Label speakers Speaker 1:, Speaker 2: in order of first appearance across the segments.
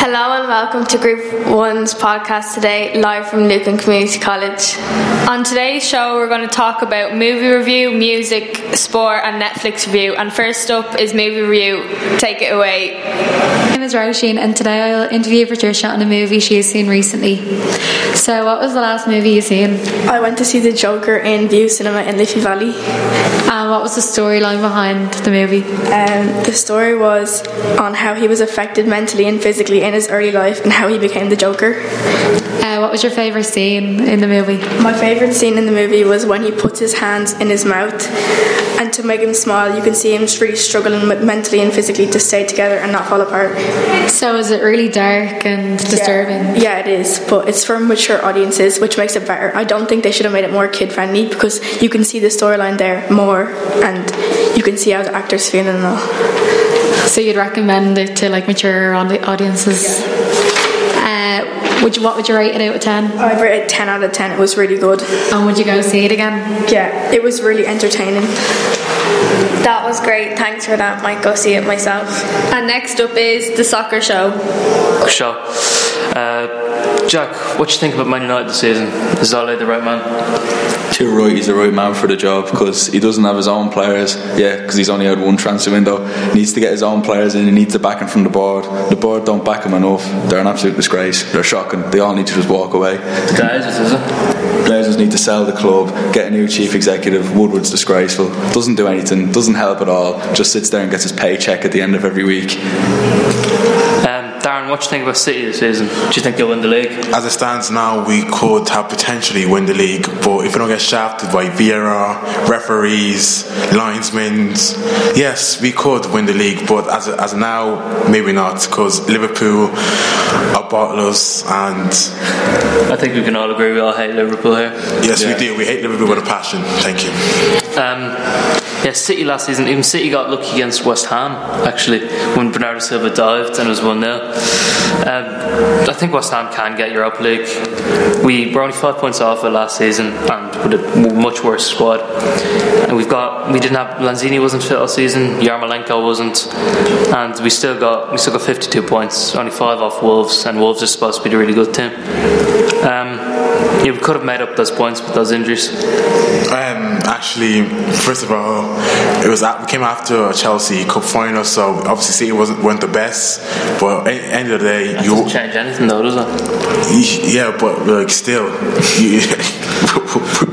Speaker 1: Hello and welcome to Group 1's podcast today, live from Lucan Community College. On today's show, we're going to talk about movie review, music, sport, and Netflix review. And first up is movie review. Take it away.
Speaker 2: My name is Roisin, and today I'll interview Patricia on a movie she has seen recently. So, what was the last movie you seen?
Speaker 1: I went to see The Joker in View Cinema in Liffey Valley.
Speaker 2: And what was the storyline behind the movie?
Speaker 1: Um, the story was on how he was affected mentally and physically in his early life and how he became the Joker.
Speaker 2: Uh, what was your favourite scene in the movie?
Speaker 1: My favourite scene in the movie was when he puts his hands in his mouth, and to make him smile, you can see him really struggling with mentally and physically to stay together and not fall apart.
Speaker 2: So, is it really dark and disturbing?
Speaker 1: Yeah, yeah it is, but it's for mature audiences, which makes it better. I don't think they should have made it more kid friendly because you can see the storyline there more, and you can see how the actors feeling and all.
Speaker 2: So, you'd recommend it to like mature audi- audiences? Uh, would you, what would you rate it out of 10?
Speaker 1: I rated ten out of ten. It was really good.
Speaker 2: And would you go see it again?
Speaker 1: Yeah, it was really entertaining.
Speaker 3: That was great. Thanks for that. Might go see it myself. And next up is the soccer show.
Speaker 4: Sure. Uh, Jack, what do you think about Man United this season? Is Ole the right man?
Speaker 5: Too right, he's the right man for the job because he doesn't have his own players. Yeah, because he's only had one transfer window. He needs to get his own players in. He needs the backing from the board. The board don't back him enough. They're an absolute disgrace. They're shocking. They all need to just walk away.
Speaker 4: Guys, is it?
Speaker 5: Players just need to sell the club, get a new chief executive. Woodward's disgraceful. Doesn't do anything. Doesn't help at all. Just sits there and gets his paycheck at the end of every week.
Speaker 4: Um, Darren, what do you think about City this season? Do you think they'll win the league?
Speaker 6: As it stands now, we could have potentially win the league, but if we don't get shafted by Vieira, referees, linesmen, yes, we could win the league. But as as of now, maybe not, because Liverpool are bottlers, and
Speaker 4: I think we can all agree we all hate Liverpool here.
Speaker 6: yes, we do. We hate Liverpool with a passion. Thank you.
Speaker 4: Um, yeah, City last season, even City got lucky against West Ham, actually, when Bernardo Silva dived and it was 1 0. Um, I think West Ham can get Europa League. We were only five points off it last season and with a much worse squad. And we've got, we didn't have, Lanzini wasn't fit all season, Yarmolenko wasn't, and we still got, we still got 52 points, only five off Wolves, and Wolves are supposed to be the really good team. Um, yeah, we could have made up those points with those injuries.
Speaker 6: Um, actually, first of all, it was at, we came after a Chelsea Cup final, so obviously City wasn't weren't the best. But at the end of the day, you,
Speaker 4: Doesn't change anything though, does it?
Speaker 6: yeah, but like still, you,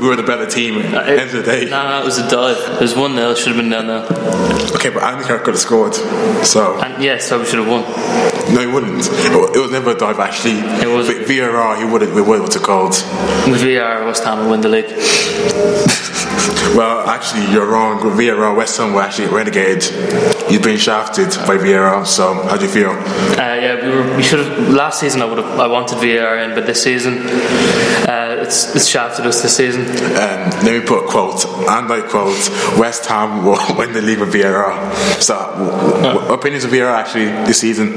Speaker 6: we were the better team. At the end of the day,
Speaker 4: No, no, it was a dive. It was 1 0, should have been 0 0.
Speaker 6: okay, but Andy Kirk could have scored, so
Speaker 4: And yeah, so we should have won.
Speaker 6: no, he wouldn't. It wa- it was never a dive actually.
Speaker 4: It was-
Speaker 6: V- VRR. He would have. We would have called.
Speaker 4: With VR, West Ham will win the league.
Speaker 6: Well, actually, you're wrong. With VRR, West Ham were actually relegated. You've been shafted by VRR. So how do you feel?
Speaker 4: Uh, yeah, we, were, we should have. Last season, I would have. I wanted VR in, but this season, uh, it's, it's shafted us this season.
Speaker 6: Um, let me put a quote, and I quote: "West Ham will win the league with Vieira." So, w- w- opinions of Vieira actually this season?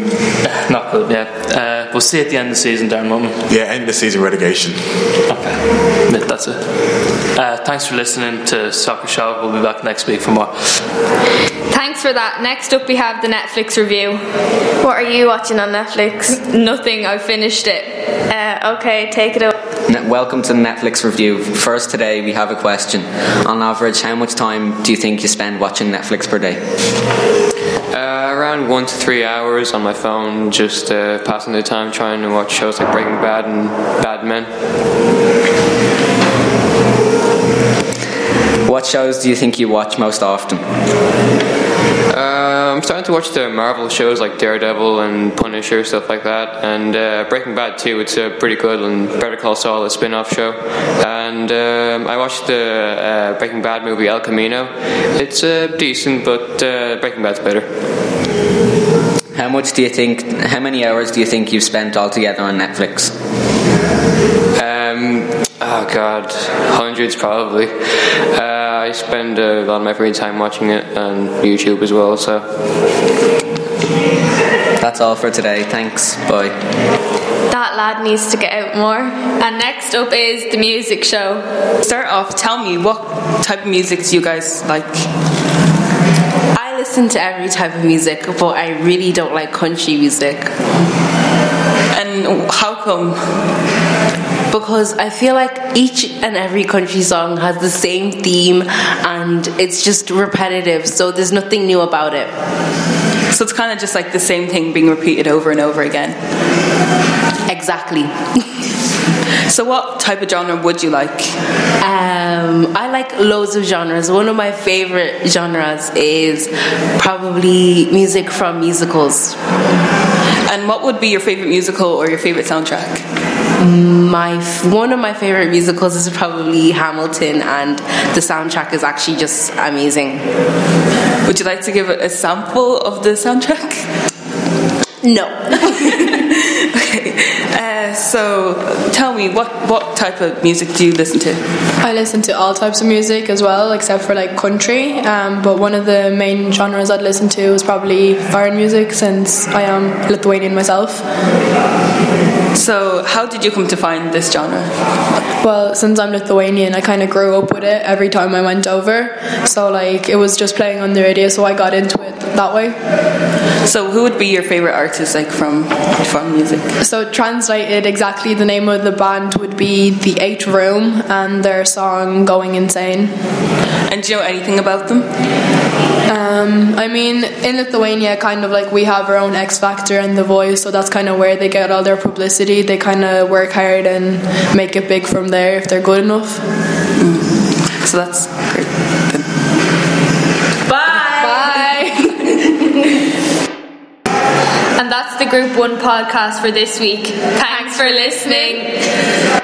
Speaker 4: Not good. Yeah, uh, we'll see at the end of the season, Darren. Won't we?
Speaker 6: Yeah, end of the season relegation.
Speaker 4: Okay, Yeah, that's it. Uh, thanks for listening to Soccer Show. We'll be back next week for more.
Speaker 1: Thanks for that. Next up, we have the Netflix review. What are you watching on Netflix? Nothing. I finished it. Uh, okay, take it away.
Speaker 7: Ne- Welcome to the Netflix review. First, today we have a question. On average, how much time do you think you spend watching Netflix per day?
Speaker 8: Uh, around one to three hours on my phone, just uh, passing the time trying to watch shows like Breaking Bad and Bad Men.
Speaker 7: What shows do you think you watch most often?
Speaker 8: Uh, I'm starting to watch the Marvel shows like Daredevil and Punisher, stuff like that. And uh, Breaking Bad too, it's uh, pretty good. And Better Call Saul, a spin off show. And um, I watched the uh, Breaking Bad movie El Camino. It's uh, decent, but uh, Breaking Bad's better.
Speaker 7: How much do you think, how many hours do you think you've spent altogether on Netflix?
Speaker 8: Um, oh god, hundreds probably. Uh, I spend a lot of my free time watching it and YouTube as well. So
Speaker 7: That's all for today. Thanks. Bye.
Speaker 1: That lad needs to get out more. And next up is the music show.
Speaker 9: Start off, tell me what type of music do you guys like? I listen to every type of music, but I really don't like country music.
Speaker 8: And how come?
Speaker 10: because I feel like each and every country song has the same theme and it's just repetitive, so there's nothing new about it.
Speaker 8: So it's kind of just like the same thing being repeated over and over again.
Speaker 10: Exactly.
Speaker 8: so, what type of genre would you like?
Speaker 10: Um, I like loads of genres. One of my favorite genres is probably music from musicals.
Speaker 8: And what would be your favorite musical or your favorite soundtrack?
Speaker 10: my one of my favorite musicals is probably Hamilton, and the soundtrack is actually just amazing.
Speaker 8: Would you like to give a sample of the soundtrack?
Speaker 10: No.
Speaker 8: okay. Uh, so, tell me what what type of music do you listen to?
Speaker 11: I listen to all types of music as well, except for like country. Um, but one of the main genres I'd listen to is probably foreign music, since I am Lithuanian myself.
Speaker 8: So, how did you come to find this genre?
Speaker 11: Well, since I'm Lithuanian, I kind of grew up with it every time I went over. So, like, it was just playing on the radio, so I got into it that way.
Speaker 8: So, who would be your favorite artist, like from from music?
Speaker 11: So, translated exactly, the name of the band would be The Eight Room, and their song "Going Insane."
Speaker 8: And do you know anything about them?
Speaker 11: Um, I mean, in Lithuania, kind of like we have our own X Factor and The Voice, so that's kind of where they get all their publicity. They kind of work hard and make it big from there if they're good enough.
Speaker 8: Mm. So that's great.
Speaker 1: Bye. Bye. and that's the Group One podcast for this week. Thanks, Thanks for listening.